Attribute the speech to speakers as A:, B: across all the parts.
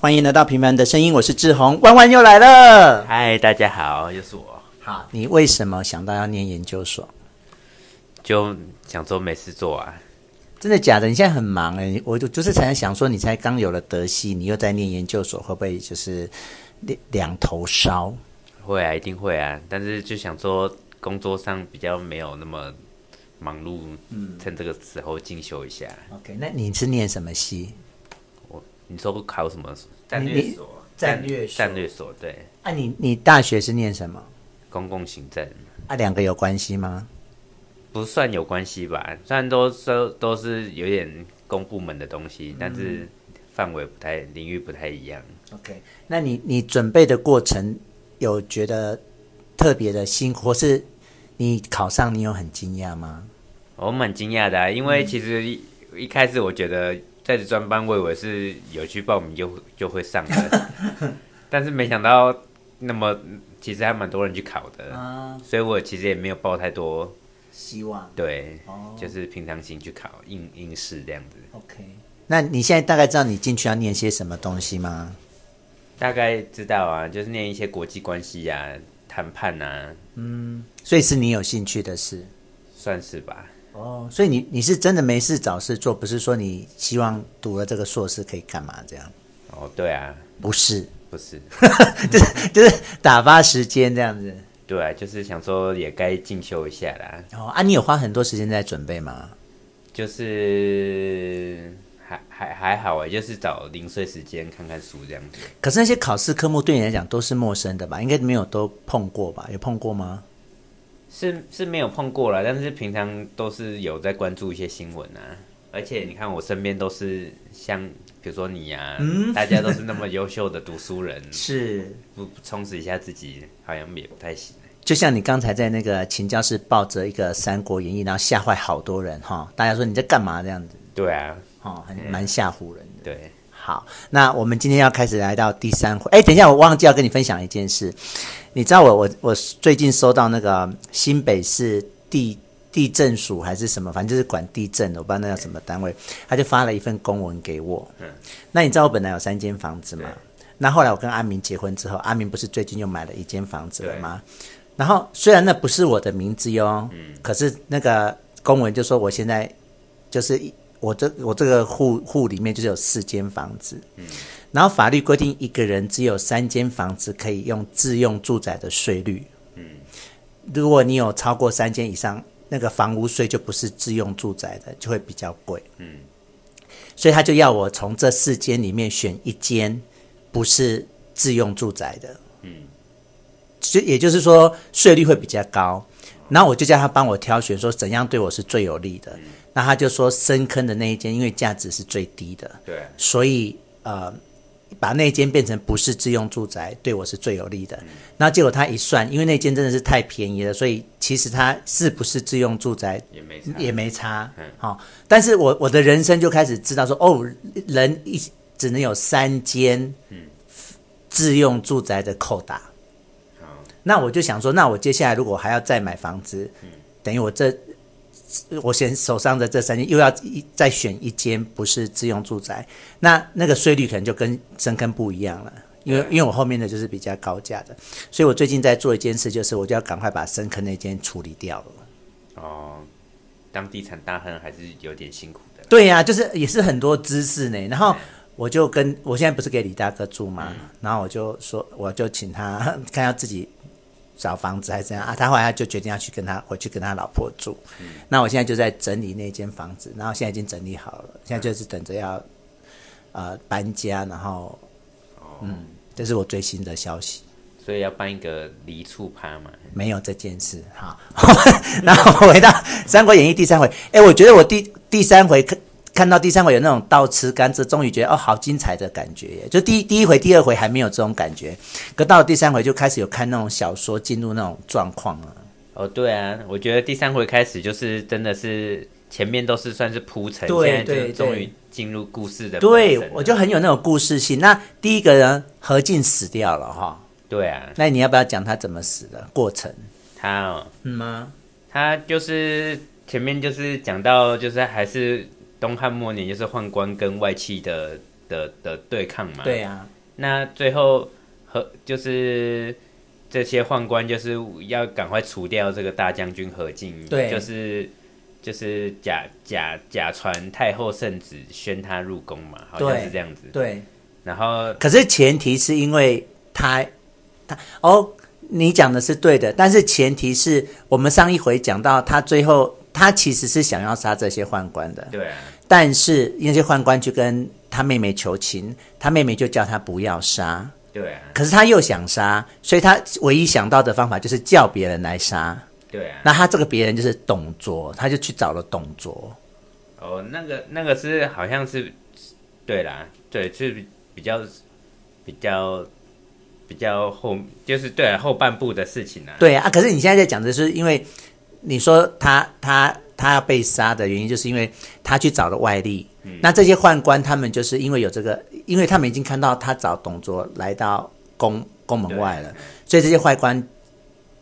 A: 欢迎来到《平凡的声音》，我是志宏，弯弯又来了。
B: 嗨，大家好，又是我，
A: 好，你为什么想到要念研究所？
B: 就想说没事做啊。
A: 真的假的？你现在很忙哎、我就就是才想说，你才刚有了德系，你又在念研究所，会不会就是两两头烧？
B: 会啊，一定会啊，但是就想说工作上比较没有那么忙碌，趁这个时候进修一下。
A: OK，那你是念什么系？
B: 我你说考什么战
A: 你
B: 略所？
A: 战略所
B: 战略所对，
A: 啊你，你大学是念什么？
B: 公共行政
A: 啊，两个有关系吗？
B: 不算有关系吧，虽然都都都是有点公部门的东西，但是范围不太领域不太一样。
A: OK，那你你准备的过程有觉得特别的辛苦，或是你考上你有很惊讶吗？
B: 我蛮惊讶的、啊，因
A: 嗯
B: 为其实一,、一开始我觉得在职专班，我以为是有去报名就就会 上的，但是没想到那么其实还蛮多人去考的，
A: 啊，
B: 所以我其实也没有报太多，
A: 希望
B: 对，
A: 哦
B: 就是平常心去考应应试这样子。
A: OK。那你现在大概知道你进去要念些什么东西吗？
B: 大概知道啊，就是念一些国际关系啊、谈判啊，
A: 所以是你有兴趣的事
B: 算是吧。
A: 哦。所以你你是真的没事找事做，不是说你希望读了这个硕士可以干嘛这样？
B: 哦，对啊，
A: 不是，
B: 不是，
A: 就是打发时间这样子。
B: 对啊，就是想说也该进修一下啦。
A: 哦啊，你有花很多时间在准备吗？
B: 就是还还还好哎，就是找零碎时间看看书这样子。
A: 可是那些考试科目对你来讲都是陌生的吧？应该没有都碰过吧？有碰过吗？
B: 是是没有碰过啦，但是平常都是有在关注一些新闻啊。而且你看我身边都是像比如说你呀、啊，大家都是那么优秀的读书人，
A: 是，
B: 不不充实一下自己好像也不太行。
A: 就像你刚才在那个秦教室抱着一个《三国演义》，然后吓坏好多人哈、大家说你在干嘛这样子
B: 对啊，
A: 哈、哦很蛮吓唬人的。
B: 对，
A: 好，那我们今天要开始来到第三回。哎，等一下，我忘记要跟你分享一件事。你知道我我我最近收到那个新北市地地震署还是什么，反正就是管地震的，我不知道那叫什么单位，他就发了一份公文给我。嗯，那你知道我本来有三间房子嘛？那后来我跟阿明结婚之后，阿明不是最近又买了一间房子了吗？然后虽然那不是我的名字哟，可是那个公文就说我现在就是一我这我这个户户里面就是有四间房子，然后法律规定一个人只有三间房子可以用自用住宅的税率，如果你有超过三间以上，那个房屋税就不是自用住宅的，就会比较贵。嗯，所以他就要我从这四间里面选一间不是自用住宅的。嗯，就也就是说税率会比较高。然后我就叫他帮我挑选，说怎样对我是最有利的。那他就说深坑的那一间，因为价值是最低的，
B: 对啊，
A: 所以呃，把那间变成不是自用住宅，对我是最有利的。然后结果他一算，因为那间真的是太便宜了，所以其实它是不是自用住宅
B: 也没差
A: 也没差。好、但是我我的人生就开始知道说，哦，人一只能有三间自用住宅的扣打。
B: 好，
A: 那我就想说，那我接下来如果还要再买房子，等于我这我先手上的这三间又要一再选一间不是自用住宅，那那个税率可能就跟深坑不一样了。因为因为我后面的就是比较高价的，所以我最近在做一件事，就是我就要赶快把深坑那间处理掉了。
B: 哦，当地产大亨还是有点辛苦的。
A: 对呀、就是也是很多知识呢。然后我就跟我现在不是给李大哥住嘛，然后我就说我就请他看他自己找房子还是怎样啊。他后来他就决定要去跟他回去跟他老婆住。那我现在就在整理那间房子，然后现在已经整理好了，现在就是等着要呃搬家，然后嗯
B: 哦，
A: 这是我最新的消息。
B: 所以要办一个离处趴嘛。
A: 没有这件事哈。 然后回到《三国演义》第三回，哎，我觉得我第第三回看看到第三回有那种倒吃甘蔗，终于觉得哦，好精彩的感觉耶！就第一第一回、第二回还没有这种感觉，可到了第三回就开始有看那种小说进入那种状况了。
B: 哦，对啊，我觉得第三回开始就是真的是前面都是算是铺陈，
A: 对
B: 现在
A: 对
B: 就终
A: 对
B: 于进入故事的本身
A: 对
B: 了，
A: 我就很有那种故事性。那第一个人何进死掉了哈，
B: 对啊，
A: 那你要不要讲他怎么死的过程？
B: 他哦，
A: 嗯吗？
B: 他就是前面就是讲到就是还是东汉末年就是宦官跟外戚的的的对抗嘛，
A: 对啊，
B: 那最后和就是这些宦官就是要赶快除掉这个大将军何进，
A: 对
B: 就是就是假假假传太后圣旨宣他入宫嘛，好像
A: 对
B: 是这样子。
A: 对，
B: 然后
A: 可是前提是因为他他哦，你讲的是对的，但是前提是我们上一回讲到他最后他其实是想要杀这些宦官的，
B: 对啊，
A: 但是那些宦官去跟他妹妹求情，他妹妹就叫他不要杀，
B: 对啊，
A: 可是他又想杀，所以他唯一想到的方法就是叫别人来杀。
B: 对啊。
A: 那他这个别人就是董卓，他就去找了董卓。
B: 哦，那个那个是好像是，对啦，对，是比较比较比较后，就是对啊后半部的事情啊。
A: 对啊，可是你现在在讲的是，因为你说他他他要被杀的原因，就是因为他去找了外力。那这些宦官他们就是因为有这个，因为他们已经看到他找董卓来到宫宫门外了，所以这些宦官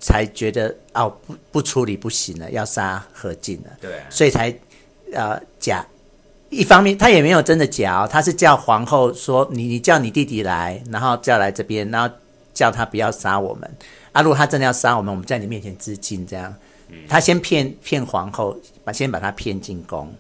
A: 才觉得哦不不处理不行了，要杀何进了。
B: 对啊，
A: 所以才呃假。一方面，他也没有真的假、哦，他是叫皇后说你你叫你弟弟来，然后叫来这边，然后叫他不要杀我们。啊，如果他真的要杀我们，我们在你面前自尽这样。他先骗骗皇后，把先把他骗进宫。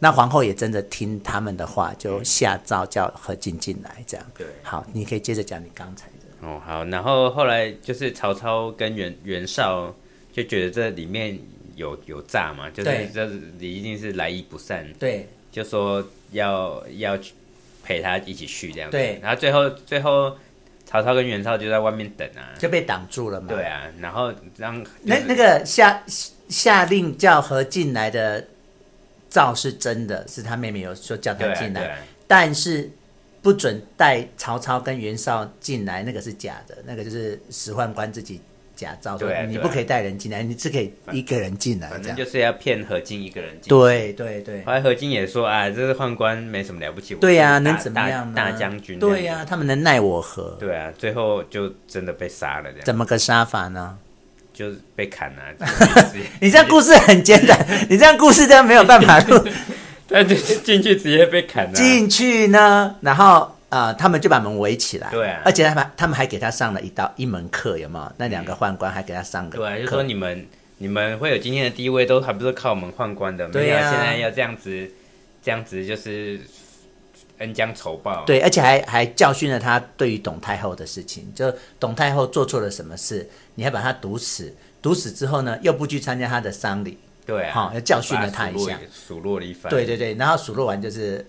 A: 那皇后也真的听他们的话，就下诏叫何进进来这样。
B: 对
A: 好，你可以接着讲你刚才的。
B: 哦好，然后后来就是曹操跟袁袁绍就觉得这里面有有诈嘛，就是
A: 对
B: 这一定是来意不善，
A: 对
B: 就说要要去陪他一起去这样子。
A: 对
B: 然后最后最后曹操跟袁绍就在外面等啊。
A: 就被挡住了嘛。
B: 对啊，然后让
A: 那那个下下令叫何进来的诏是真的，是他妹妹有说叫
B: 对
A: 他
B: 啊
A: 进来，
B: 对啊
A: 但是不准带曹操跟袁绍进来，那个是假的，那个就是使宦官自己假诏说、
B: 对啊
A: 你
B: 对啊
A: 不可以带人进来，你只可以一个人进来
B: 反
A: 这
B: 正
A: 样。
B: 就是要骗何进一个人进。，
A: 对对对
B: 后来何进也说啊，这是宦官没什么了不起。我
A: 对呀、
B: 是大
A: 能怎么样呢？
B: 大大将军。
A: 对呀、、他们能奈我何？
B: 对啊，最后就真的被杀了，这样
A: 怎么个杀法呢？
B: 就是被砍了、啊。
A: 你这样故事很简单，你这样故事真的没有办法录
B: 他就是进去直接被砍了、啊。
A: 进去呢，然后呃，他们就把门围起来，
B: 对啊
A: 而且他们他们还给他上了一道一门课，有没有？那两个宦官还给他上个
B: 对啊，就
A: 课
B: 说，你们你们会有今天的地位，都还不是靠我们宦官的。
A: 对啊
B: 没有现在要这样子，这样子就是恩将仇报。
A: 对，而且还还教训了他对于董太后的事情，就董太后做错了什么事，你还把她毒死，毒死之后呢，又不去参加她的丧礼，
B: 对啊，
A: 好要教训了他
B: 把数落
A: 一下，
B: 数落了一番。
A: 对对，对，然后数落完就是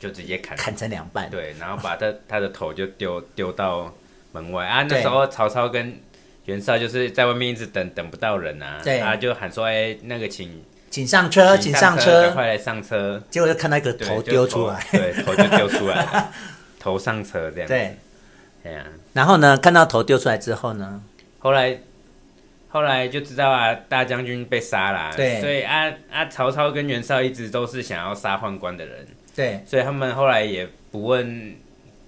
B: 就直接砍了。
A: 砍成两半，
B: 对，然后把他他的头就丢丢到门外啊。那
A: 对
B: 时候曹操跟袁绍就是在外面一直等等不到人啊，
A: 对
B: 啊就喊说：“哎、那个请
A: 请上车，请上
B: 赶
A: 车，
B: 快来上车。
A: 结果就看到一个
B: 对”
A: 头
B: 就
A: 丢出来，，
B: 对，头就丢出来 了，头上车这样。，
A: 对，
B: 哎呀、
A: 然后呢，看到头丢出来之后呢，
B: 后来后来就知道啊，大将军被杀啦、
A: 对
B: 所以啊啊，曹操跟袁绍一直都是想要杀宦官的人，
A: 对
B: 所以他们后来也不问，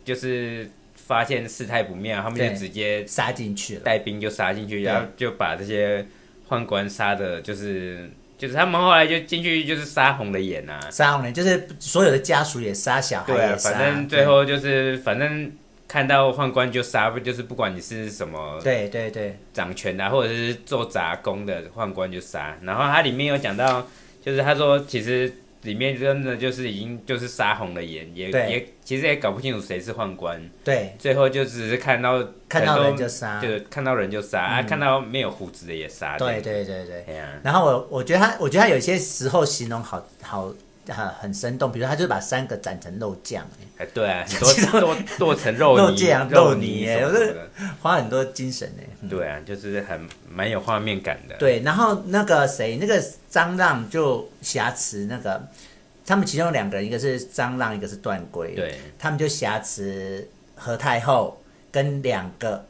B: 就是发现事态不妙，他们
A: 对
B: 就直接
A: 杀进去了，
B: 带兵就杀进
A: 对
B: 去，然后就把这些宦官杀的，就是就是他们后来就进去就是杀红了眼啊，
A: 杀红人就是所有的家属也杀，小孩
B: 对啊，
A: 也杀，
B: 反正最后就是反正看到宦官就杀，不就是不管你是什么
A: 对对对
B: 掌权的、啊，或者是做杂工的宦官就杀。然后它里面有讲到，就是他说其实里面真的就是已经就是杀红了眼，也
A: 对
B: 也其实也搞不清楚谁是宦官，
A: 对，
B: 最后就只是看到
A: 看到人
B: 很多
A: 就杀，嗯
B: 就看到人就杀，啊，看到没有胡子的也杀，
A: 对对对对。
B: 哎呀，
A: 然后我我觉得他，我觉得他有些时候形容好好很很生动，比如他就把三个斩成肉酱，
B: 哎，对啊，
A: 其实
B: 剁剁剁成肉
A: 肉
B: 泥、
A: 酱肉
B: 肉
A: 泥耶
B: 什么
A: 我是
B: 的，
A: 花很多精神呢。嗯
B: 对啊，就是很蛮有画面感的。
A: 对，然后那个谁，那个张让就挟持那个，他们其中两个人，一个是张让，一个是段珪，
B: 对
A: 他们就挟持何太后跟两个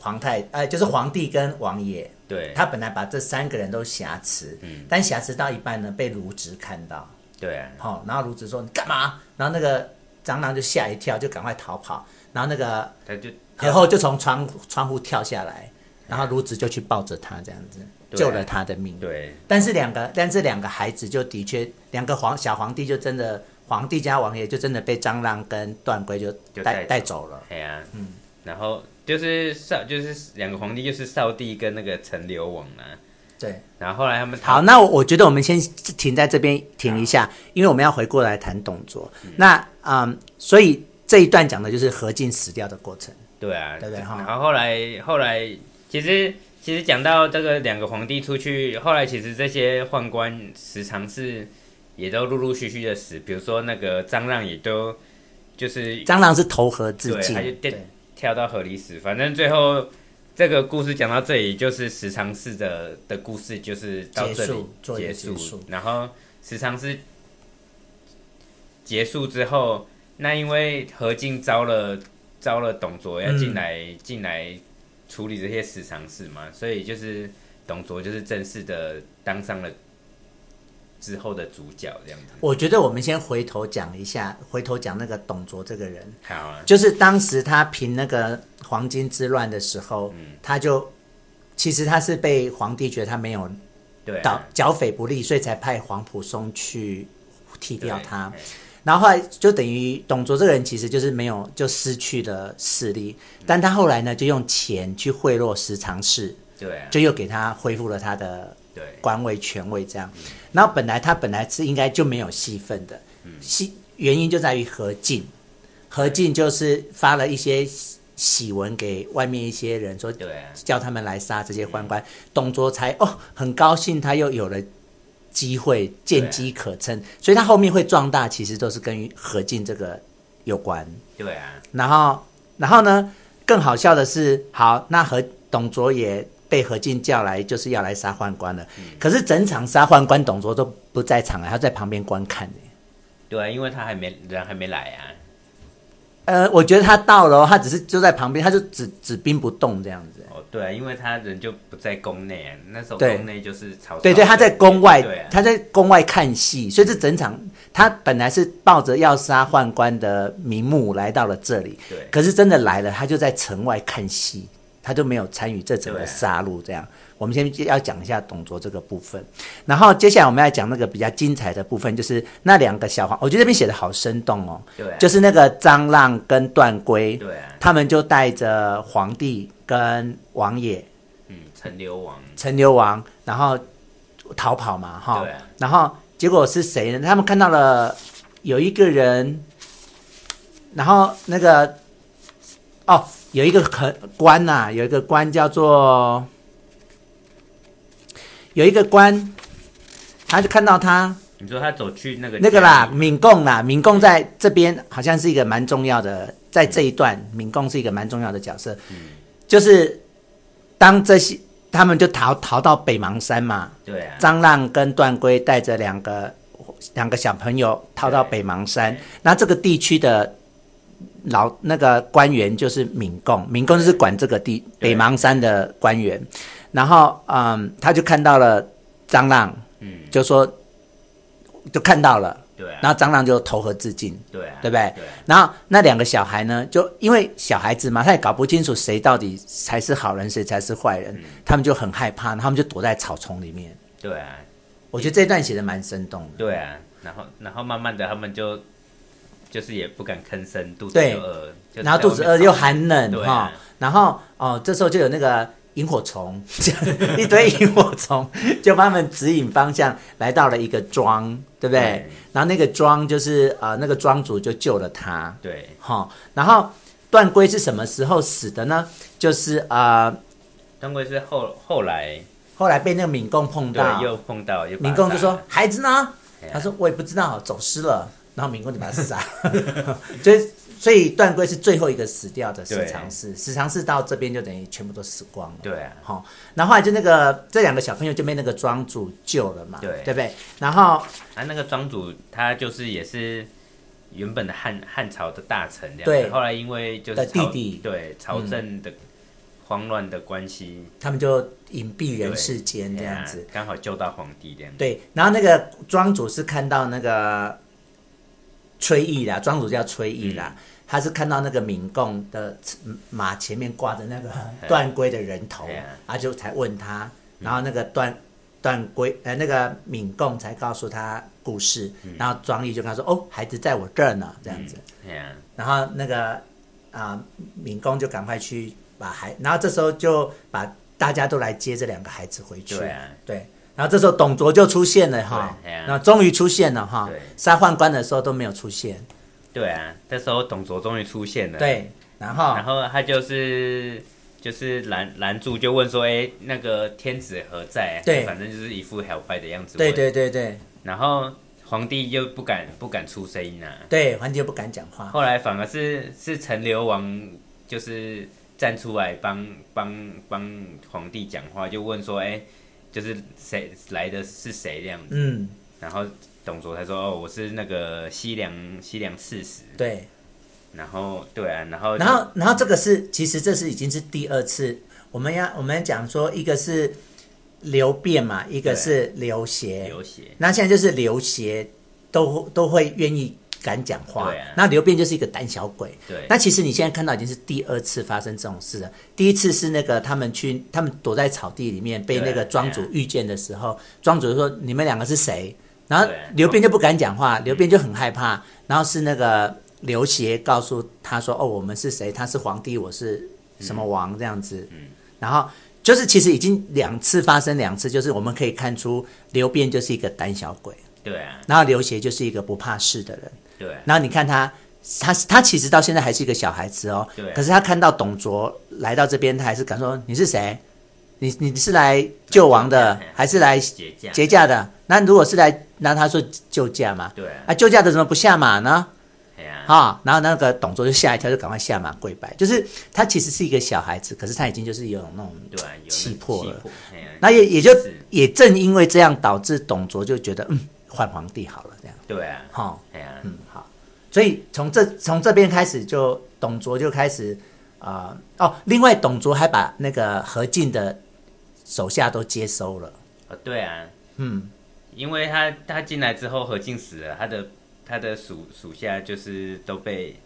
A: 皇太，呃，就是皇帝跟王爷，
B: 对
A: 他本来把这三个人都挟持，
B: 嗯
A: 但挟持到一半呢，被卢植看到，
B: 对啊，
A: 好、然后卢植说你干嘛？然后那个蟑螂就吓一跳，就赶快逃跑，然后那个
B: 他就
A: 然后就从窗户窗户跳下来，然后卢植就去抱着他，这样子、
B: 对啊
A: 救了他的命。
B: 对
A: 但是两个，但是两个孩子就的确，两个皇小皇帝就真的皇帝加王爷就真的被张让跟段珪就
B: 就
A: 带
B: 带
A: 带走了。
B: 哎呀，嗯，然后就是少就是两个皇帝就是少帝跟那个陈留王啊，
A: 对，
B: 然后后来他们
A: 好，那我我觉得我们先停在这边停一下，因为我们要回过来谈董卓。那嗯，所以这一段讲的就是何进死掉的过程。
B: 对啊，
A: 对不对哈
B: 然后后来后来，其实其实讲到这个两个皇帝出去，后来其实这些宦官时常是也都陆陆续续的死，比如说那个张让也都就是
A: 张让是投河自
B: 对，
A: 尽
B: 他就，掉
A: 对
B: 跳到河里死，反正最后。这个故事讲到这里，就是十常侍的的故事，就是到这
A: 结
B: 里
A: 束做一个结束
B: 然后十常侍结束之后，那因为何进招了招了董卓要进来、进来处理这些十常侍嘛，所以就是董卓就是正式的当上了之后的主角这样子。
A: 我觉得我们先回头讲一下，回头讲那个董卓这个人，
B: 好啊，
A: 就是当时他平那个黄巾之乱的时候，他就其实他是被皇帝觉得他没有
B: 对啊，
A: 剿剿匪不力，所以才派黄甫松去剃
B: 对
A: 掉他。
B: 嘿
A: 然后后来就等于董卓这个人其实就是没有就失去了势力，但他后来呢就用钱去贿赂十常侍，
B: 对啊，
A: 就又给他恢复了他的
B: 对啊
A: 官位权位这样。然后本来他本来是应该就没有戏份的，戏原因就在于何进，何进就是发了一些喜文给外面一些人说
B: 对啊，
A: 叫他们来杀这些宦官，董卓才哦很高兴，他又有了机会，
B: 啊
A: 见机可乘，所以他后面会壮大，其实都是跟于何进这个有关。
B: 对啊，
A: 然后，然后呢，更好笑的是，好，那何董卓也被何进叫来，就是要来杀宦官了。
B: 嗯
A: 可是整场杀宦官，董卓都不在场啊，他在旁边观看、欸
B: 对啊，因为他还没人还没来啊。
A: 呃，我觉得他到了哦，他只是就在旁边，他就只只兵不动这样子。
B: 哦，对啊，因为他人就不在宫内啊，那时候
A: 对
B: 宫内就是曹操。
A: 对对，他在宫外
B: 对啊，
A: 他在宫外看戏，所以这整场他本来是抱着要杀宦官的名目来到了这里，
B: 对啊
A: 可是真的来了，他就在城外看戏，他就没有参与这整
B: 对
A: 个
B: 啊
A: 杀戮。这样，我们先要讲一下董卓这个部分，然后接下来我们要讲那个比较精彩的部分，就是那两个小皇，我觉得这边写的好生动哦，
B: 对啊，
A: 就是那个张让跟段珪，
B: 对啊，
A: 他们就带着皇帝跟王爷
B: 嗯，陈留王，
A: 陈留王，然后逃跑嘛，哈，
B: 对啊
A: 然后结果是谁呢？他们看到了有一个人，然后那个哦，有一个很官呐、有一个官叫做有一个官，他就看到他
B: 你说他走去那个
A: 那个啦
B: 家，里
A: 闽贡啦，闽贡在这边好像是一个蛮重要的，在这一段，闽贡是一个蛮重要的角色。
B: 嗯
A: 就是当这些他们就逃逃到北邙山嘛，
B: 对啊，
A: 张让跟段珪带着两个两个小朋友逃到北
B: 对
A: 邙山
B: 对，
A: 那这个地区的老那个官员就是闽贡，闽贡就是管这个地北
B: 对
A: 邙山的官员，然后嗯，他就看到了张让，
B: 嗯，
A: 就说就看到了。
B: 对啊，
A: 然后蟑螂就投河自尽，
B: 对啊，
A: 对不对
B: 对啊，
A: 然后那两个小孩呢，就因为小孩子嘛，他也搞不清楚谁到底才是好人，谁才是坏
B: 嗯
A: 人，他们就很害怕，他们就躲在草丛里面。
B: 对啊，
A: 我觉得这一段写的蛮生动的。
B: 对啊，然后然后慢慢的他们就就是也不敢吭声，肚子
A: 对
B: 又饿，就
A: 然后
B: 在
A: 肚
B: 外
A: 子
B: 面
A: 饿又
B: 跑
A: 寒冷
B: 对
A: 哈、
B: 啊
A: 然后哦，这时候就有那个萤火虫， 一堆萤火虫就帮他们指引方向，来到了一个庄，对不对？
B: 对
A: 然后那个庄就是呃，那个庄主就救了他，
B: 对
A: 哈、然后段珪是什么时候死的呢？就是啊、呃
B: 张贵是后后来
A: 后来被那个闽贡碰到
B: 对，又碰到，又把
A: 闽贡就
B: 他
A: 说：“孩子呢
B: 哎？”呀
A: 他说：“我也不知道，走失了。”然后闽贡就把他 杀。所以，所以段珪是最后一个死掉的十
B: 对
A: 常侍，十常侍到这边就等于全部都死光了。
B: 对啊，
A: 好、然后后来就那个这两个小朋友就被那个庄主救了嘛，
B: 对
A: 对不对？然后
B: 啊，那个庄主他就是也是原本的汉汉朝的大臣这样子，
A: 对
B: 后来因为就是
A: 的弟
B: 朝
A: 弟
B: 对朝政的慌乱的关系，
A: 他们就隐蔽人
B: 对
A: 世间这
B: 哎呀
A: 样子，
B: 刚好救到皇帝这样，
A: 对，然后那个庄主是看到那个崔毅啦，庄主叫崔毅啦，他是看到那个闽贡的马前面挂着那个段珪的人头啊
B: 哎呀，
A: 他就才问他，然后那个段。段圭呃那个敏贡才告诉他故事，然后庄玉就跟他说哦，孩子在我这儿呢，这样子，
B: 哎呀，
A: 然后那个啊、敏公就赶快去把孩，然后这时候就把大家都来接这两个孩子回去。
B: 对啊，
A: 对然后这时候董卓就出现了哈，
B: 对哎呀
A: 那终于出现了哈
B: 对，
A: 杀宦官的时候都没有出现。
B: 对啊，那时候董卓终于出现了，，
A: 对，啊然后
B: 然后他就是就是拦拦住，就问说，哎，那个天子何在？
A: 对
B: 反正就是一副好坏的样子。
A: 对，对对对
B: 然后皇帝就不敢不敢出声音啊，
A: 对，皇帝又不敢讲话。
B: 后来反而是是陈留王就是站出来帮帮帮皇帝讲话，就问说，哎、就是谁来的是谁这样子，
A: 嗯，
B: 然后董卓才说，哦，我是那个西凉西凉刺史，
A: 对。
B: 然后对啊，然后
A: 然后然后这个是其实这是已经是第二次，我们要我们讲说一个是流变嘛，一个
B: 对
A: 是流邪，
B: 流血，
A: 那现在就是刘协都都会愿意敢讲话
B: 对啊，
A: 那刘辩就是一个胆小鬼。
B: 对
A: 那其实你现在看到已经是第二次发生这种事了。第一次是那个他们去，他们躲在草地里面被
B: 对啊
A: 那个庄主
B: 对啊
A: 遇见的时候，庄主就说：“你们两个是谁？”然后
B: 对
A: 刘辩就不敢讲话，刘辩就很害怕。然后是那个刘协告诉他说：“哦，我们是谁？他是皇帝，我是什么王这样子。”然后就是其实已经两次发生两次，就是我们可以看出刘辩就是一个胆小鬼，
B: 对啊，
A: 然后刘协就是一个不怕事的人。
B: 对啊，
A: 然后你看他，他他其实到现在还是一个小孩子哦。
B: 对啊
A: 可是他看到董卓来到这边，他还是敢说：“你是谁？你你是来救亡的
B: 对啊，
A: 还是来
B: 解架，
A: 劫驾的？”那如果是来，那他说救驾嘛，
B: 对啊，
A: 啊，救驾的怎么不下马呢？
B: 哎呀、
A: 啊、然后那个董卓就吓一跳，就赶快下马跪拜。就是他其实是一个小孩子，可是他已经就是有那种
B: 对啊，有那
A: 气魄了
B: 气魄，哎呀
A: 那也也就是也正因为这样，导致董卓就觉得嗯，换皇帝好了这样，
B: 对啊，
A: 哈、
B: 哎呀、
A: 嗯，好，所以从这从这边开始就，董卓就开始啊、呃哦，另外董卓还把那个何进的手下都接收了，
B: 哦对啊，
A: 嗯，
B: 因为他他进来之后，何进死了，他的他的属属下就是都被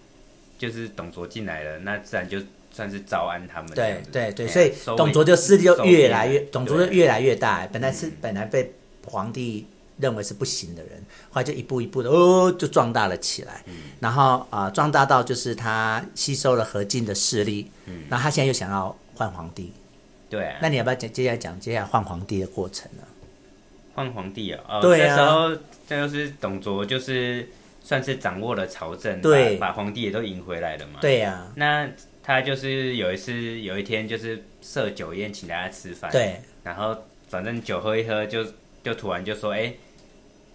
B: 就是董卓进来了，那自然就算是招安他们这
A: 对
B: 样子。
A: 对对，
B: 哎呀
A: 所以
B: 收
A: 董
B: 为
A: 卓就势力就
B: 收
A: 越
B: 编
A: 来越，董卓就
B: 对嗯
A: 越来越大，本来是、本来被皇帝认为是不行的人，后来就一步一步的哦，就壮大了起来，
B: 嗯
A: 然后啊、呃壮大到就是他吸收了何进的势力，嗯，然后他现在又想要换皇帝，
B: 对啊，
A: 那你要不要讲接下来讲接下来换皇帝的过程呢？
B: 换皇帝啊、哦，
A: 对啊
B: 这时候这就是董卓就是算是掌握了朝政，
A: 对
B: 把把皇帝也都赢回来了嘛。，
A: 对呀、
B: 那他就是有一次有一天就是设酒宴请大家吃饭，
A: 对，
B: 然后反正酒喝一喝就，就突然就说，哎、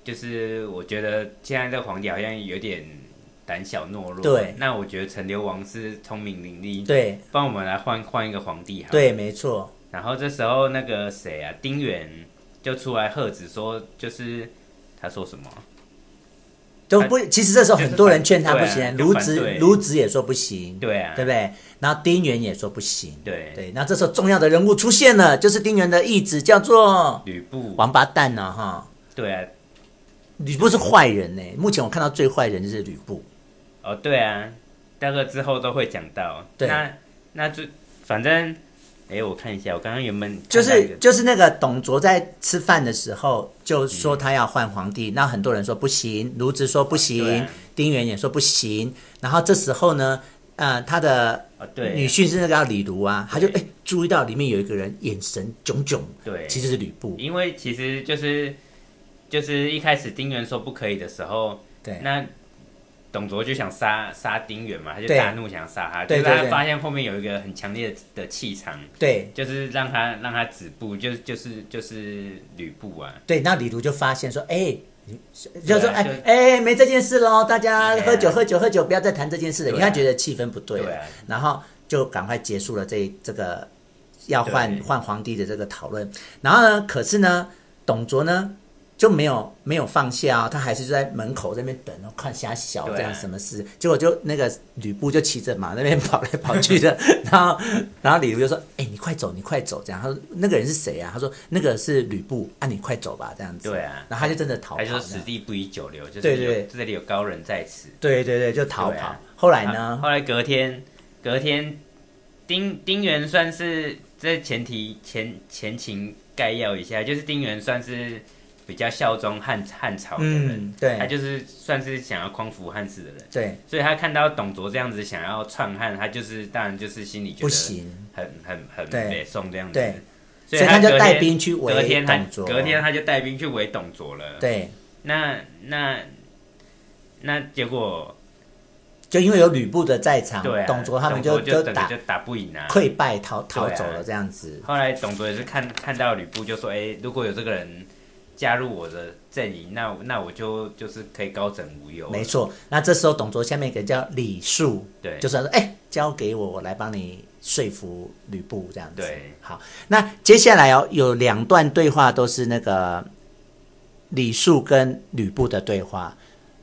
B: 就是我觉得现在这个皇帝好像有点胆小懦弱。
A: 对
B: 那我觉得陈留王是聪明伶俐，
A: 对
B: 帮我们来换换一个皇帝好。。
A: 对，没错，
B: 然后这时候那个谁啊，丁原就出来喝止说，就是他说什么？
A: 都不。其实这时候很多人劝他
B: 对
A: 不
B: 啊
A: 行，
B: 就
A: 卢
B: 反
A: 植
B: 对
A: 卢植也说不行，
B: 对啊，
A: 对不对？然后丁原也说不行，
B: 对
A: 对。那这时候重要的人物出现了，就是丁原的义子叫做
B: 吕布，
A: 王八蛋呢、哈。
B: 对啊，
A: 吕布是坏人呢、目前我看到最坏人就是吕布。
B: 哦，对啊，那个之后都会讲到。
A: 对
B: 那那就反正，哎，我看一下，我刚刚原本
A: 就
B: 看到一
A: 是
B: 个
A: 就是那个董卓在吃饭的时候就说他要换皇帝，那很多人说不行，卢植说不
B: 对
A: 行，
B: 嗯啊
A: 丁原也说不行。然后这时候呢，呃，他的
B: 哦，对啊，
A: 女婿是那个李儒啊，他就哎、
B: 对
A: 注意到里面有一个人眼神炯炯，
B: 对
A: 其实是吕布，
B: 因为其实就是就是一开始丁原说不可以的时候，
A: 对
B: 那董卓就想杀杀丁原嘛，他就
A: 对
B: 大怒想杀他，
A: 对
B: 就是
A: 对
B: 他
A: 对
B: 发现后面有一个很强烈的的气场，
A: 对
B: 就是让他让他止步，就是就是就是吕布啊，
A: 对，那李儒就发现说，哎、你就说
B: 对啊
A: 哎
B: 就
A: 哎，没这件事喽，大家
B: 对啊
A: 喝酒喝酒喝酒，不要再谈这件事了。
B: 对啊
A: 因为他觉得气氛不对了，
B: 对啊
A: 然后就赶快结束了这这个要换
B: 对
A: 换皇帝的这个讨论。然后呢，可是呢，董卓呢就没有没有放下、哦，他还是在门口那边等，然后看瞎小
B: 对啊
A: 这样什么事。结果就那个吕布就骑着马那边跑来跑去 的，然后然后李儒就说：“哎、你快走，你快走。”这样，他说：“那个人是谁啊？”他说：“那个是吕布啊，你快走吧。”这样子。
B: 对啊
A: 然后他就真的逃跑
B: 他
A: 这
B: 就
A: 样。
B: 说此地不宜久留，就是
A: 对对
B: 有这里有高人在此。
A: 对对对，就逃
B: 对
A: 跑。
B: 啊
A: 后来
B: 啊
A: 呢？
B: 后来隔天，隔天，丁丁原算是这前提前前情概要一下，就是丁原算是比较效忠汉汉朝的人，
A: 嗯，
B: 他
A: 对
B: 就是算是想要匡扶汉室的人，
A: 对，
B: 所以他看到董卓这样子想要篡汉，他就是当然就是心里觉
A: 不
B: 得
A: 行，
B: 很很很
A: 对
B: 北宋这样子
A: 对，
B: 所
A: 所以他就
B: 隔
A: 带
B: 天
A: 兵去
B: 隔
A: 围
B: 天他
A: 董卓，
B: 隔天他就带兵去围董卓了。
A: 对，
B: 那那那结果
A: 就因为有吕布的在场
B: 对、啊，，
A: 董卓他们
B: 就
A: 就
B: 整个
A: 打
B: 就打不赢啊。
A: 溃败逃逃
B: 对啊
A: 走了这样子，
B: 后来董卓也是看看到吕布就说：“哎、如果有这个人加入我的阵营，那我那我就就是可以高枕无忧。”
A: 没，错。那这时候董卓下面一个叫李肃，
B: 对，
A: 就是他说，哎、交给我，我来帮你说服吕布这样子。
B: 对，
A: 好，那接下来哦，有两段对话都是那个李肃跟吕布的对话，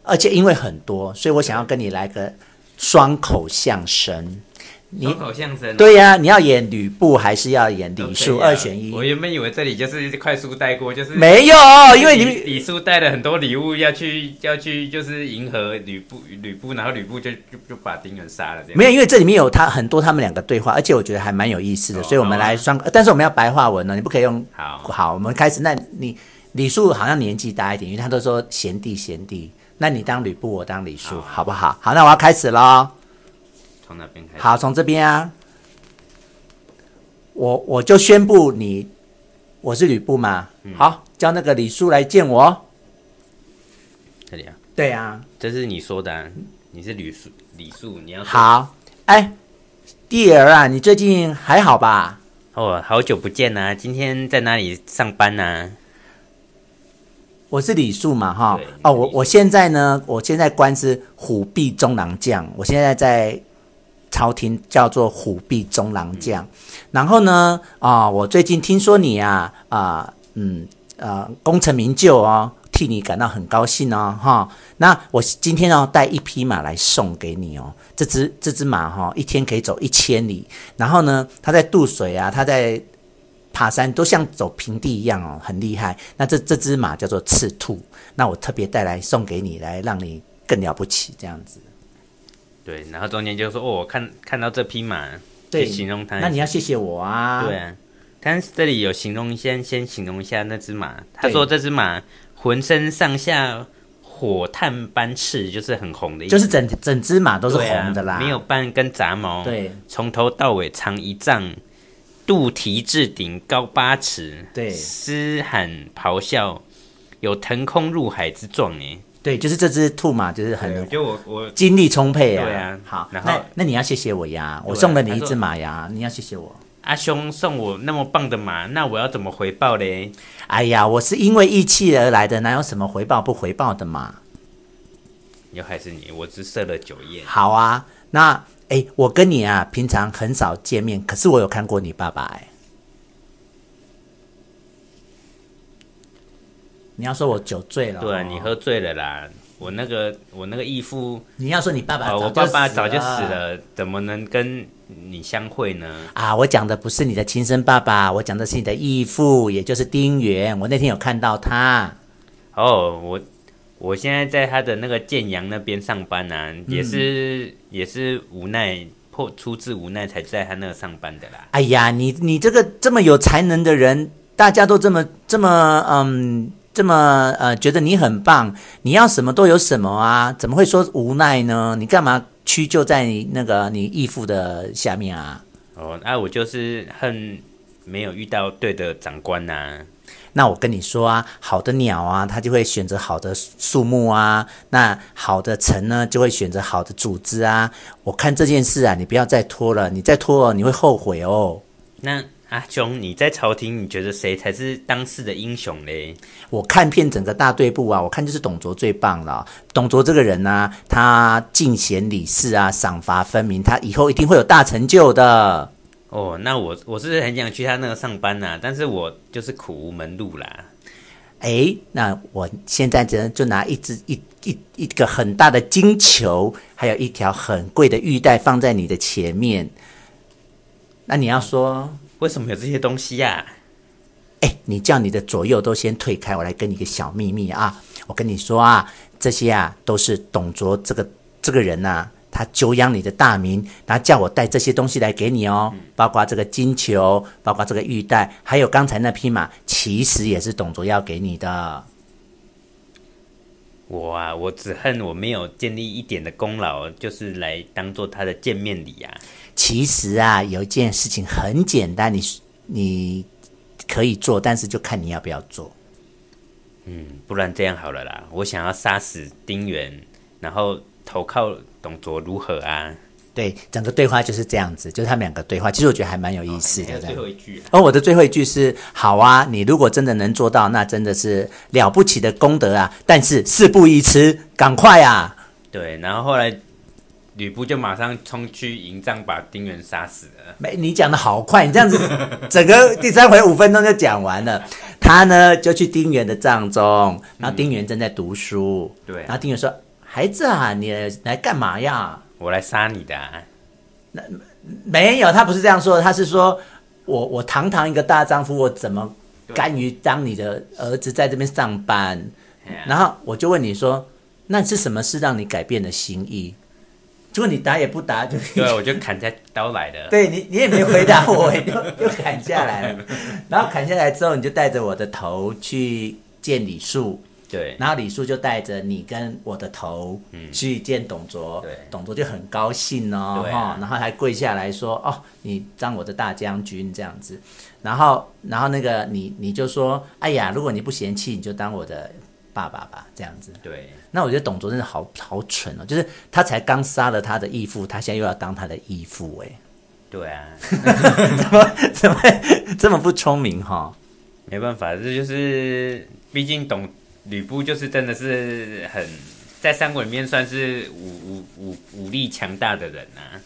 A: 而且因为很多，所以我想要跟你来个双口相声。你
B: 口口相声、啊
A: 对呀、你要演吕布还是要演
B: 都可以啊，
A: 李肃？二选一。
B: 我原本以为这里就是快速带过，就是
A: 没有，因为你
B: 李
A: 们
B: 李肃带了很多礼物要去要去，就是迎合吕布吕布，然后吕布就就就把丁原杀了这样。
A: 没有，因为这里面有他很多他们两个对话，而且我觉得还蛮有意思的，
B: 哦
A: 所以我们
B: 好啊
A: 来双，但是我们要白话文呢、哦，你不可以用
B: 好，
A: 好，我们开始。那你李肃好像年纪大一点，因为他都说贤弟贤弟。那你当吕布，我当李肃，
B: 好
A: 好不好？好，那我要开始喽。
B: 从哪边开始？
A: 好，从这边啊，我我就宣布你我是吕布嘛。
B: 嗯
A: 好，叫那个李肃来见我。
B: 这里啊，
A: 对啊，
B: 这是你说的、啊，你是吕肃，李肃，你要说
A: 好，哎，弟儿啊，你最近还好吧？
B: 哦，好久不见呐、今天在哪里上班啊呐、
A: 我是李素嘛，哈
B: 对你是，
A: 哦，
B: 李
A: 我
B: 素
A: 我现在呢，我现在官是虎臂中郎将，我现在在朝廷叫做虎臂中郎
B: 嗯
A: 将。然后呢，啊、我最近听说你啊，啊、嗯，呃，功成名就哦，替你感到很高兴哦，哈。那我今天要带一匹马来送给你哦，这只这只马哈、一天可以走一千里。然后呢，它在渡水啊，它在爬山都像走平地一样哦，很厉害。那这这只马叫做赤兔，那我特别带来送给你，来让你更了不起这样子。
B: 对，然后中间就说哦，我看看到这匹马，
A: 对
B: 去形容它一下。
A: 那你要谢谢我啊。
B: 哎对啊，但是这里有形容先先形容一下那只马。他
A: 对
B: 说这只马浑身上下火炭般赤，就是很红的意思，
A: 就是整整只马都是
B: 对啊
A: 红的啦。
B: 没有斑跟杂毛，，
A: 对
B: 从头到尾长一丈，肚蹄至顶高八尺，
A: 对
B: 嘶喊咆哮，有腾空入海之状哎。
A: 对，就是这只兔马就是很
B: 就我我
A: 精力充沛啊。
B: 对啊
A: 好，
B: 然后
A: 那那你要谢谢我呀，我
B: 对啊
A: 送了你一
B: 他
A: 只
B: 说
A: 马呀，你要谢谢我。
B: 阿兄送我那么棒的马，那我要怎么回报嘞？
A: 哎呀，我是因为义气而来的，哪有什么回报不回报的嘛？
B: 又还是你，我只射了九宴。
A: 好啊，那哎，我跟你啊，平常很少见面，可是我有看过你爸爸哎。你要说我酒醉了哦、
B: 对啊，你喝醉了啦！我那个我那个义父，
A: 你要说你爸爸早就死了、
B: 呃，我爸爸早就死了，怎么能跟你相会呢？
A: 啊！我讲的不是你的亲生爸爸，我讲的是你的义父，也就是丁原。我那天有看到他，
B: 哦，我我现在在他的那个建阳那边上班啊，也是、也是无奈迫出自无奈才在他那个上班的啦。
A: 哎呀，你你这个这么有才能的人，大家都这么这么嗯这么呃觉得你很棒，你要什么都有什么啊，怎么会说无奈呢？你干嘛屈就在你那个你义父的下面啊？
B: 哦，那、我就是恨没有遇到对的长官啊呐、
A: 那我跟你说啊，好的鸟啊，它就会选择好的树木啊；那好的城呢，就会选择好的组织啊。我看这件事啊，你不要再拖了，你再拖哦，你会后悔哦。
B: 那阿兄，你在朝廷，你觉得谁才是当世的英雄嘞？
A: 我看遍整个大队部啊，我看就是董卓最棒了。董卓这个人呢、啊他进贤理事啊，赏罚分明，他以后一定会有大成就的。
B: 哦，那我我是很想去他那个上班呐、但是我就是苦无门路啦。
A: 诶，那我现在只能就拿一只一一一个很大的金球，还有一条很贵的玉带放在你的前面。那你要说，
B: 为什么有这些东西啊呀、
A: 哎，你叫你的左右都先退开，我来跟你一个小秘密啊！我跟你说啊，这些啊都是董卓这个这个人呐、他久仰你的大名，然后叫我带这些东西来给你哦，包括这个金球，包括这个玉带，还有刚才那匹马，其实也是董卓要给你的。
B: 我啊，我只恨我没有建立一点的功劳，就是来当做他的见面礼啊。
A: 其实啊，有一件事情很简单，你你可以做，但是就看你要不要做。
B: 嗯，不然这样好了啦，我想要杀死丁原，然后投靠董卓，如何啊？
A: 对，整个对话就是这样子，就是他们两个对话，其实我觉得还蛮有意思
B: 还
A: 的。
B: 有
A: 这
B: 最
A: 样。
B: 后一句啊，
A: 哦而我的最后一句是：好啊，你如果真的能做到，那真的是了不起的功德啊！但是事不宜迟，赶快啊！
B: 对，然后后来吕布就马上冲去营帐把丁原杀死了。
A: 没，你讲的好快，你这样子，整个第三回五分钟就讲完了。他呢就去丁原的帐中，然后丁原正在读书，
B: 对啊
A: 然后丁原说：“孩子啊，你来干嘛呀？”
B: 我来杀你的、啊，
A: 没有，他不是这样说的，他是说我我堂堂一个大丈夫，我怎么甘于当你的儿子在这边上班？
B: 哎呀
A: 然后我就问你说，那是什么事让你改变了心意？结果你答也不答，就
B: 对，啊我就砍下刀来的。
A: 对你你也没回答我，就就砍下来了。 然后砍下来之后，你就带着我的头去见李树，
B: 对，
A: 然后李叔就带着你跟我的头去见董卓，
B: 嗯对
A: 董卓就很高兴哦，
B: 对啊
A: 哈，然后还跪下来说：“哦，你当我的大将军这样子。”然后，然后那个你你就说：“哎呀，如果你不嫌弃，你就当我的爸爸吧。”这样子。
B: 对，
A: 那我觉得董卓真的好好蠢哦，就是他才刚杀了他的义父，他现在又要当他的义父，哎，
B: 对啊，
A: 怎么这么不聪明哈、
B: 没办法，这就是，毕竟董吕布就是真的是很在三国里面算是武武武武力强大的人啊，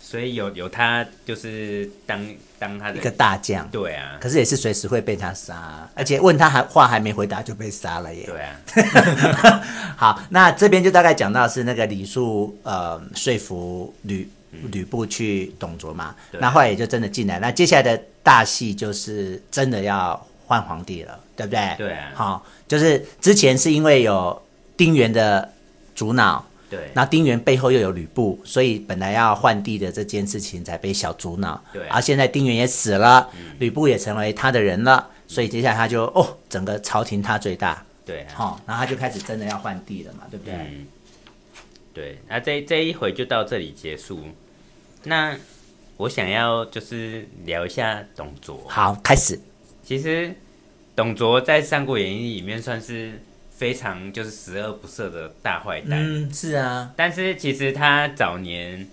B: 所以有有他就是当当他
A: 一个
B: 的
A: 大将，
B: 对啊，
A: 可是也是随时会被他杀，啊而且问他还话还没回答就被杀了耶。
B: 对啊，
A: 好，那这边就大概讲到是那个李肃呃说服吕吕布去董卓嘛，
B: 嗯对
A: 那后来也就真的进来。那接下来的大戏就是真的要换皇帝了，对不对？
B: 对啊
A: 好，就是之前是因为有丁原的阻挠，
B: 对
A: 那丁原背后又有吕布，所以本来要换地的这件事情才被小阻挠。
B: 对嗯
A: 而现在丁原也死了，吕、布也成为他的人了，所以接下来他就哦，整个朝廷他最大。
B: 对啊，
A: 好、然后他就开始真的要换地了嘛，对不对？
B: 嗯，对，那、这这一回就到这里结束。那我想要就是聊一下董卓，
A: 好，开始
B: 其实董卓在《三国演义》里面算是非常就是十恶不赦的大坏蛋，
A: 嗯，是啊，
B: 但是其实他早年，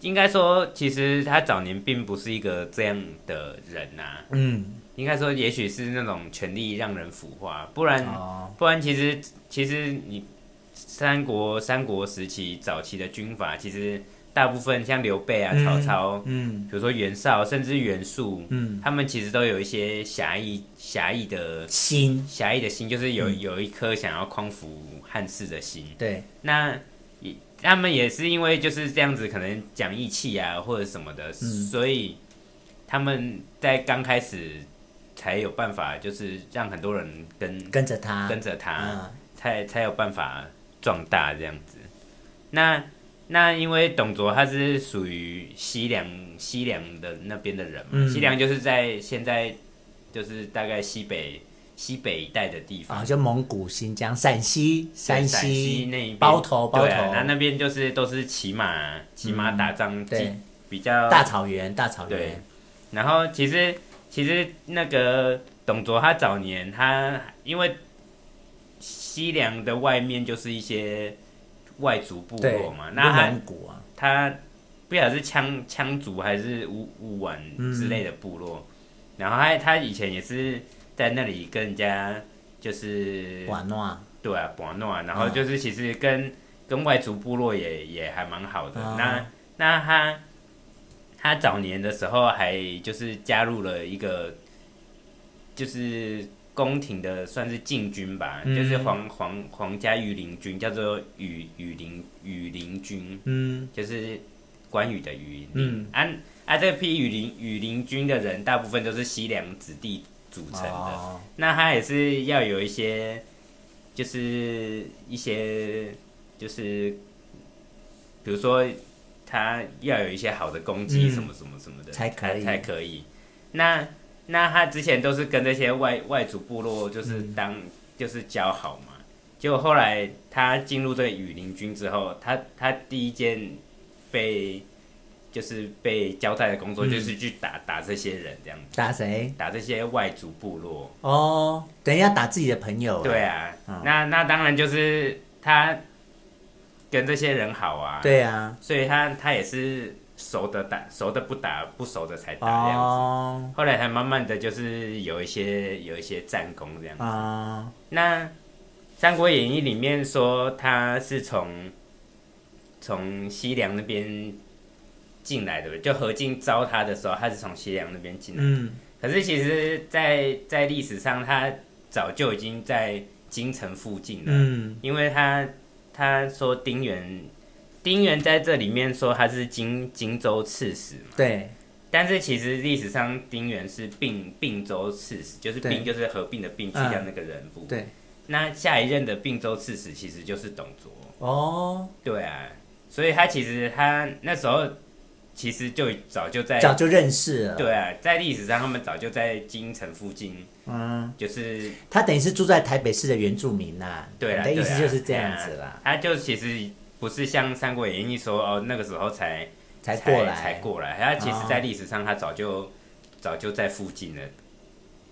B: 应该说，其实他早年并不是一个这样的人呐、
A: 嗯，
B: 应该说，也许是那种权力让人腐化，不然、
A: 哦，
B: 不然其实其实你三国三国时期早期的军阀，其实大部分像刘备啊、
A: 嗯
B: 曹操，
A: 嗯
B: 比如说袁绍，甚至袁术，
A: 嗯，
B: 他们其实都有一些侠义侠义的
A: 心，
B: 侠义的心，就是
A: 嗯
B: 有有一颗想要匡扶汉室的心。
A: 对，
B: 那也他们也是因为就是这样子，可能讲义气啊或者什么的，
A: 嗯
B: 所以他们在刚开始才有办法，就是让很多人跟
A: 跟着他，
B: 跟着他，
A: 啊，
B: 才才有办法壮大这样子。那那因为董卓他是属于西凉西凉的那边的人嘛，
A: 嗯
B: 西凉就是在现在就是大概西北西北一带的地方
A: 啊，，就蒙古、新疆、陕西、
B: 在
A: 山
B: 陕西那一边
A: 包头、包
B: 对啊，那
A: 头、嗯
B: 那边就是都是骑马骑马打仗，
A: 对
B: 骑比较
A: 大草原、大草
B: 对
A: 原，。
B: 然后其实其实那个董卓他早年他因为西凉的外面就是一些外族部落嘛，那
A: 内
B: 他
A: 蒙古啊，
B: 他不晓得是羌羌族还是乌乌丸之类的部落，然后他他以前也是在那里跟人家就是
A: 瓦诺
B: 对啊，博诺啊，
A: 嗯
B: 然后就是其实跟、跟外族部落也也还蛮好的。
A: 啊
B: 那那他他早年的时候还就是加入了一个就是宫廷的算是禁军吧，
A: 嗯
B: 就是皇皇皇家御林军，叫做羽羽林羽林军，
A: 嗯，
B: 就是关羽的羽林。
A: 嗯
B: 啊啊，这批羽林羽林军的人大部分都是西凉子弟组成的。
A: 哦，
B: 那他也是要有一些，就是一些，就是比如说他要有一些好的攻击什么什么什么的，
A: 嗯才可以
B: 才可以。那那他之前都是跟这些外外族部落就是
A: 嗯
B: 当、就是交好嘛，结果后来他进入这个雨林军之后，他他第一件被就是被交代的工
A: 嗯
B: 作就是去打、打这些人这样子，
A: 打谁？
B: 打这些外族部落。
A: 哦，等一下打自己的朋友、哎
B: 对啊，
A: 嗯
B: 那那当然就是他跟这些人好啊，，
A: 对啊，
B: 所以他他也是熟的打，熟的不打，不熟的才打这样子。
A: 哦，
B: 后来才慢慢的就是有一些有一些战功这样。
A: 啊、
B: 那《三国演义》里面说他是从从西凉那边进来的，就何进招他的时候，他是从西凉那边进来的
A: 嗯，
B: 可是其实在，在历史上，他早就已经在京城附近了，
A: 嗯
B: 因为他他说丁原，丁原在这里面说他是荆荆州刺史嘛，
A: 对，
B: 但是其实历史上丁原是并并州刺史，就是
A: 对
B: 并就是合并的并去
A: 嗯
B: 掉那个人部。
A: 对，
B: 那下一任的并州刺史其实就是董卓，
A: 哦，
B: 对啊，所以他其实他那时候其实就早就在
A: 早就认识了，，
B: 哎对啊，在历史上他们早就在京城附近。
A: 嗯，
B: 就是
A: 他等于是住在台北市的原住民呐、
B: 对
A: 你
B: 啦
A: 的意
B: 对
A: 思
B: 啦
A: 就是这样子啦，
B: 他就其实不是像《三国演义》说哦那个时候才
A: 才过来，哦
B: 哎才过来，他其实在历史上他早就、早就在附近了。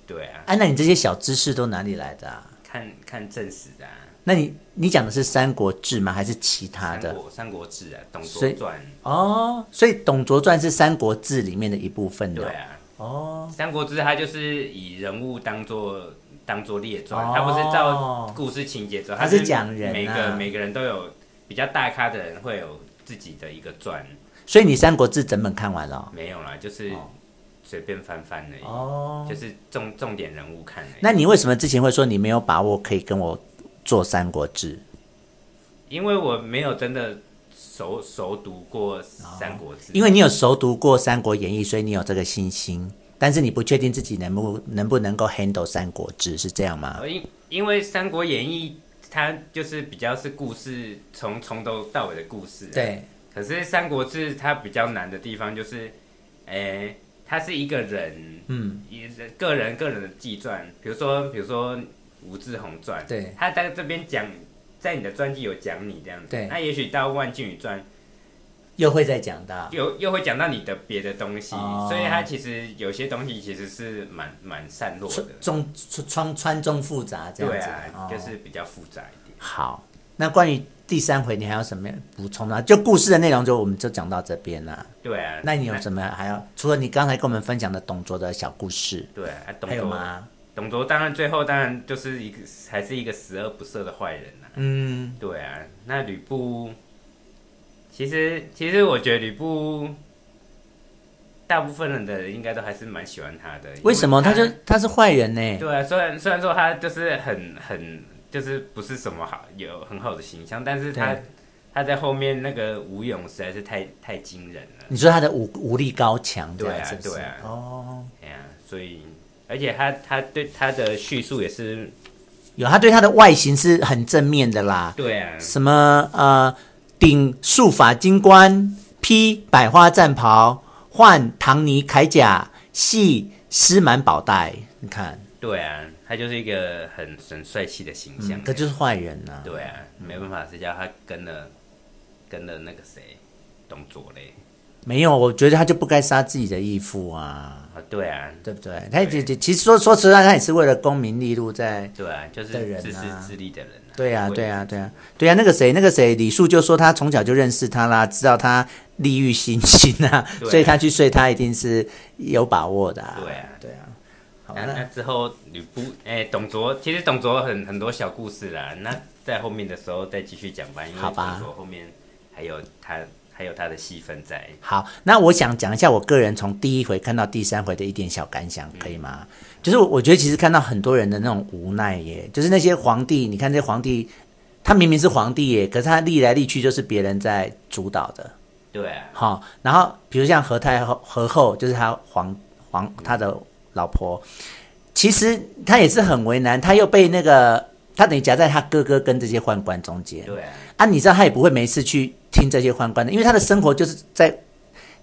B: 对啊，
A: 啊，那你这些小知识都哪里来的啊？
B: 看看正史的、啊
A: 那你你讲的是《三国志》吗？还是其他
B: 《三
A: 的？
B: 国三国志》啊，《董
A: 所
B: 卓
A: 以
B: 传
A: 哦，所以《董卓传》是《三国志》里面的一部分》的。
B: 对啊，
A: 哦
B: 《三国志》它就是以人物当做当做列传，
A: 哦
B: 它不是照故事情节走，
A: 它
B: 它
A: 是讲人啊
B: 每个每个人都有比较大咖的人会有自己的一个传，
A: 所以你《三国志》整本看完了
B: 没有啦，就是
A: 哦
B: 随便翻翻而已。
A: 哦
B: 就。是重重点人物看、欸。
A: 那你为什么之前会说你没有把握可以跟我做《三国志》？
B: 因为我没有真的熟熟读过《三国志》
A: 因为你有熟读过《三国演义》，所以你有这个信心，但是你不确定自己能不能不能够 handle《三国志》，是这样吗？
B: 呃因因为《三国演义》它就是比较是故事，从从头到尾的故事、。啊
A: 对，
B: 可是《三国志》它比较难的地方就是，诶、它是一个人，
A: 嗯，
B: 一个人个人的纪传，比如说比如说《吴志宏传》，
A: 对
B: 他在这边讲，在你的传记有讲你这样子，
A: 对
B: 那也许到《万郡语传》。
A: 又会再讲到。
B: 又又会讲到你的别的东西，
A: 哦
B: 所以它其实有些东西其实是蛮蛮散落
A: 穿
B: 的，
A: 中穿穿穿中复杂这样
B: 对
A: 子，
B: 啊，
A: 哦
B: 就是比较复杂一点。
A: 好，那关于第三回你还有什么要补充呢？就故事的内容就我们就讲到这边啦、
B: 对啊，
A: 那你有什么还要？除了你刚才跟我们分享的董卓的小故事，
B: 对啊，啊董
A: 还有
B: 卓，
A: 吗？
B: 董卓当然最后当然就是一个还是一个十恶不赦的坏人啊。
A: 嗯，
B: 对啊，那吕布，其实其实我觉得吕布，大部分人的人应该都还是蛮喜欢他的。因
A: 为什么他
B: 他
A: 就他是坏人呢、
B: 对啊，虽然虽然说他就是很很就是不是什么好有很好的形象，但是他
A: 对
B: 他在后面那个吴勇实在是太太惊人了，
A: 你说他的武武力高强这
B: 对
A: 样
B: 啊
A: 是不是？
B: 对啊
A: 哦，
B: 哎呀、所以而且他他对他的叙述也是
A: 有他对他的外形是很正面的啦，
B: 对啊，
A: 什么呃顶束发金冠，披百花战袍，换唐尼铠甲，系丝满宝带。你看，
B: 对啊，他就是一个很很帅气的形象，
A: 可嗯就是坏人呐、
B: 对啊，没办法，谁叫他跟了跟了那个谁董卓嘞
A: 没有，我觉得他就不该杀自己的义父啊，
B: 啊，对啊。
A: 对不对？他也其实说说实话，他也是为了功名利禄在。
B: 对啊，就是
A: 的人啊
B: 自私自利的人、啊。
A: 对呀、
B: 为了
A: 对呀、对呀、对啊呀、那个谁，那个谁，李树就说他从小就认识他啦，知道他利欲熏心啊，
B: 对啊
A: 所以他去睡他一定是有把握的、
B: 对啊
A: 对啊。好，
B: 那
A: 那
B: 那之后，吕布哎、董卓其实董卓很很多小故事啦，那在后面的时候再继续讲吧，因为
A: 好吧
B: 董卓后面还有他还有他的戏份在。
A: 好，那我想讲一下我个人从第一回看到第三回的一点小感
B: 嗯
A: 想，可以吗？就是我觉得其实看到很多人的那种无奈耶，就是那些皇帝，你看这些皇帝，他明明是皇帝耶，可是他历来历去就是别人在主导的，
B: 对啊，
A: 好、然后比如像何太后、何后，就是他皇皇他的老婆，其实他也是很为难，他又被那个他等于夹在他哥哥跟这些宦官中间，
B: 对啊，
A: 啊，你知道他也不会没事去听这些宦官的，因为他的生活就是在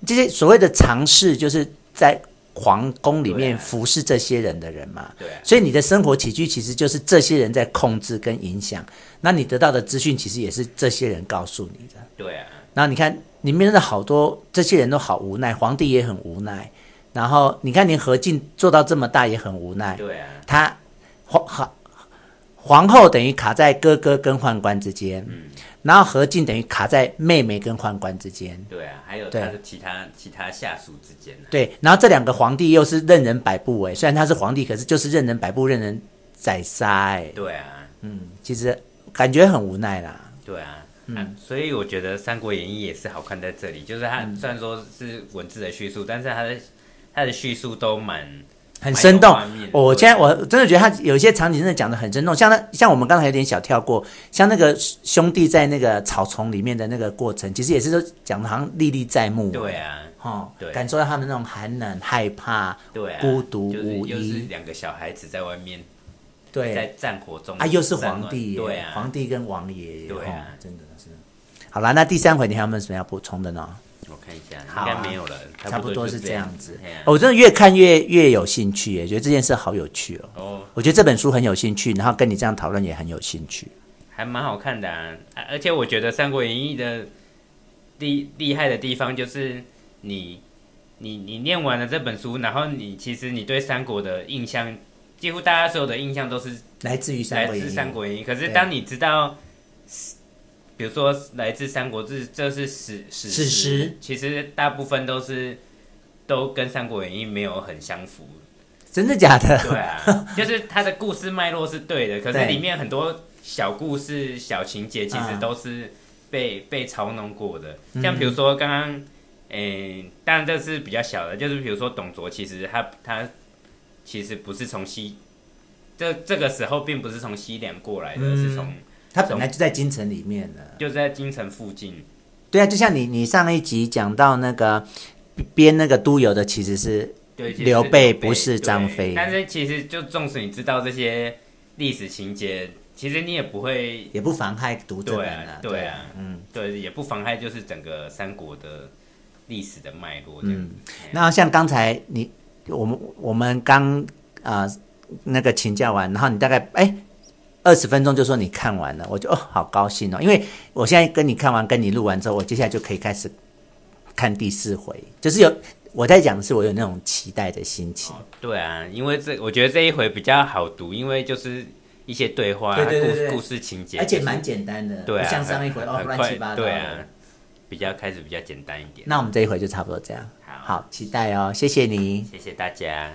A: 这些所谓的常事，就是在皇宫里
B: 对
A: 面
B: 啊
A: 服侍这些人的人嘛。
B: 对啊
A: 所以你的生活起居其实就是这些人在控制跟影响，那你得到的资讯其实也是这些人告诉你的。
B: 对啊，
A: 然后你看里面的好多这些人都好无奈，皇帝也很无奈。然后你看，连何进做到这么大也很无奈，
B: 对啊，
A: 他皇皇皇后等于卡在哥哥跟宦官之间，然后何进等于卡在妹妹跟宦官之间。
B: 对啊，还有他
A: 对
B: 的其他其他下属之间呢、
A: 对，然后这两个皇帝又是任人摆布哎，虽然他是皇帝，可是就是任人摆布、任人宰杀哎，
B: 对啊，
A: 嗯，其实感觉很无奈啦。
B: 对啊。嗯，所以我觉得《三国演义》也是好看在这里，就是它
A: 嗯
B: 虽然说是文字的叙述，但是它的它的叙述都蛮
A: 很生动
B: 蛮有画面。的
A: 我
B: 对
A: 现在我真的觉得他有一些场景真的讲的很生动，像那像我们刚才有点小跳过，像那个兄弟在那个草丛里面的那个过程，其实也是说讲的好像历历在目。
B: 对啊，
A: 哦
B: 对，
A: 感受到他们那种寒冷、害怕、
B: 对啊，
A: 孤独
B: 就是
A: 无
B: 又是
A: 依，
B: 两个小孩子在外面在
A: 对，
B: 战火中
A: 啊，又是
B: 战乱
A: 皇帝耶，
B: 对啊，
A: 皇帝跟王爷耶，
B: 对啊
A: 哦真的是。好啦，那第三回你还有没有什么要补充的呢？
B: 我看一下，
A: 好
B: 应
A: 啊
B: 该没有了，
A: 差不多
B: 是
A: 是这样子
B: 嘿啊。
A: 哦我真的越看越越有兴趣耶，觉得这件事好有趣哦。
B: 哦，
A: 我觉得这本书很有兴趣，然后跟你这样讨论也很有兴趣。
B: 还蛮好看的啊，啊而且我觉得《三国演义》的厉厉害的地方就是你你你念完了这本书，然后你其实你对三国的印象，几乎大家所有的印象都是
A: 来自于《三
B: 来
A: 国
B: 自
A: 演
B: 《
A: 义》。
B: 三国演义》，可是
A: 对
B: 当你知道，比如说来自《三国志》，这是史史
A: 史实，
B: 其实大部分都是都跟《三国演义》没有很相符。
A: 真的假的？
B: 对啊，就是它的故事脉络是对的，可是
A: 对
B: 里面很多小故事、小情节其实
A: 嗯
B: 都是被、被嘲弄过的。像比如说刚刚，诶、当然这是比较小的，就是比如说董卓，其实他他其实不是从西，这这个时候并不是从西凉过来的，
A: 嗯
B: 是从
A: 他本来就在京城里面了。
B: 就在京城附近。
A: 对啊，就像你你上一集讲到那个编那个都邮的，其实是
B: 对，其实
A: 刘
B: 是
A: 备
B: 刘
A: 不是张
B: 对
A: 飞
B: 但是其实就纵使你知道这些历史情节，其实你也不会
A: 也不妨害读者
B: 对
A: 们
B: 啊
A: 啊，。
B: 对啊，
A: 嗯，
B: 对，也不妨碍就是整个三国的历史的脉络这样
A: 嗯
B: 子。
A: 那像刚才你我们我们刚啊、呃那个请假完，然后你大概哎。二十分钟就说你看完了，我就哦好高兴哦，因为我现在跟你看完，跟你录完之后，我接下来就可以开始看第四回，就是有我在讲的是我有那种期待的心情。
B: 对啊，因为这我觉得这一回比较好读，因为就是一些对话、
A: 对对对对
B: 故故事情节，
A: 而且蛮简单的，
B: 对啊，
A: 不像上一回
B: 很
A: 哦
B: 很
A: 乱
B: 快
A: 七八糟。
B: 对啊，，比较开始比较简单一点。
A: 那我们这一回就差不多这样。
B: 好
A: 好，期待哦，谢谢你。
B: 谢谢大家。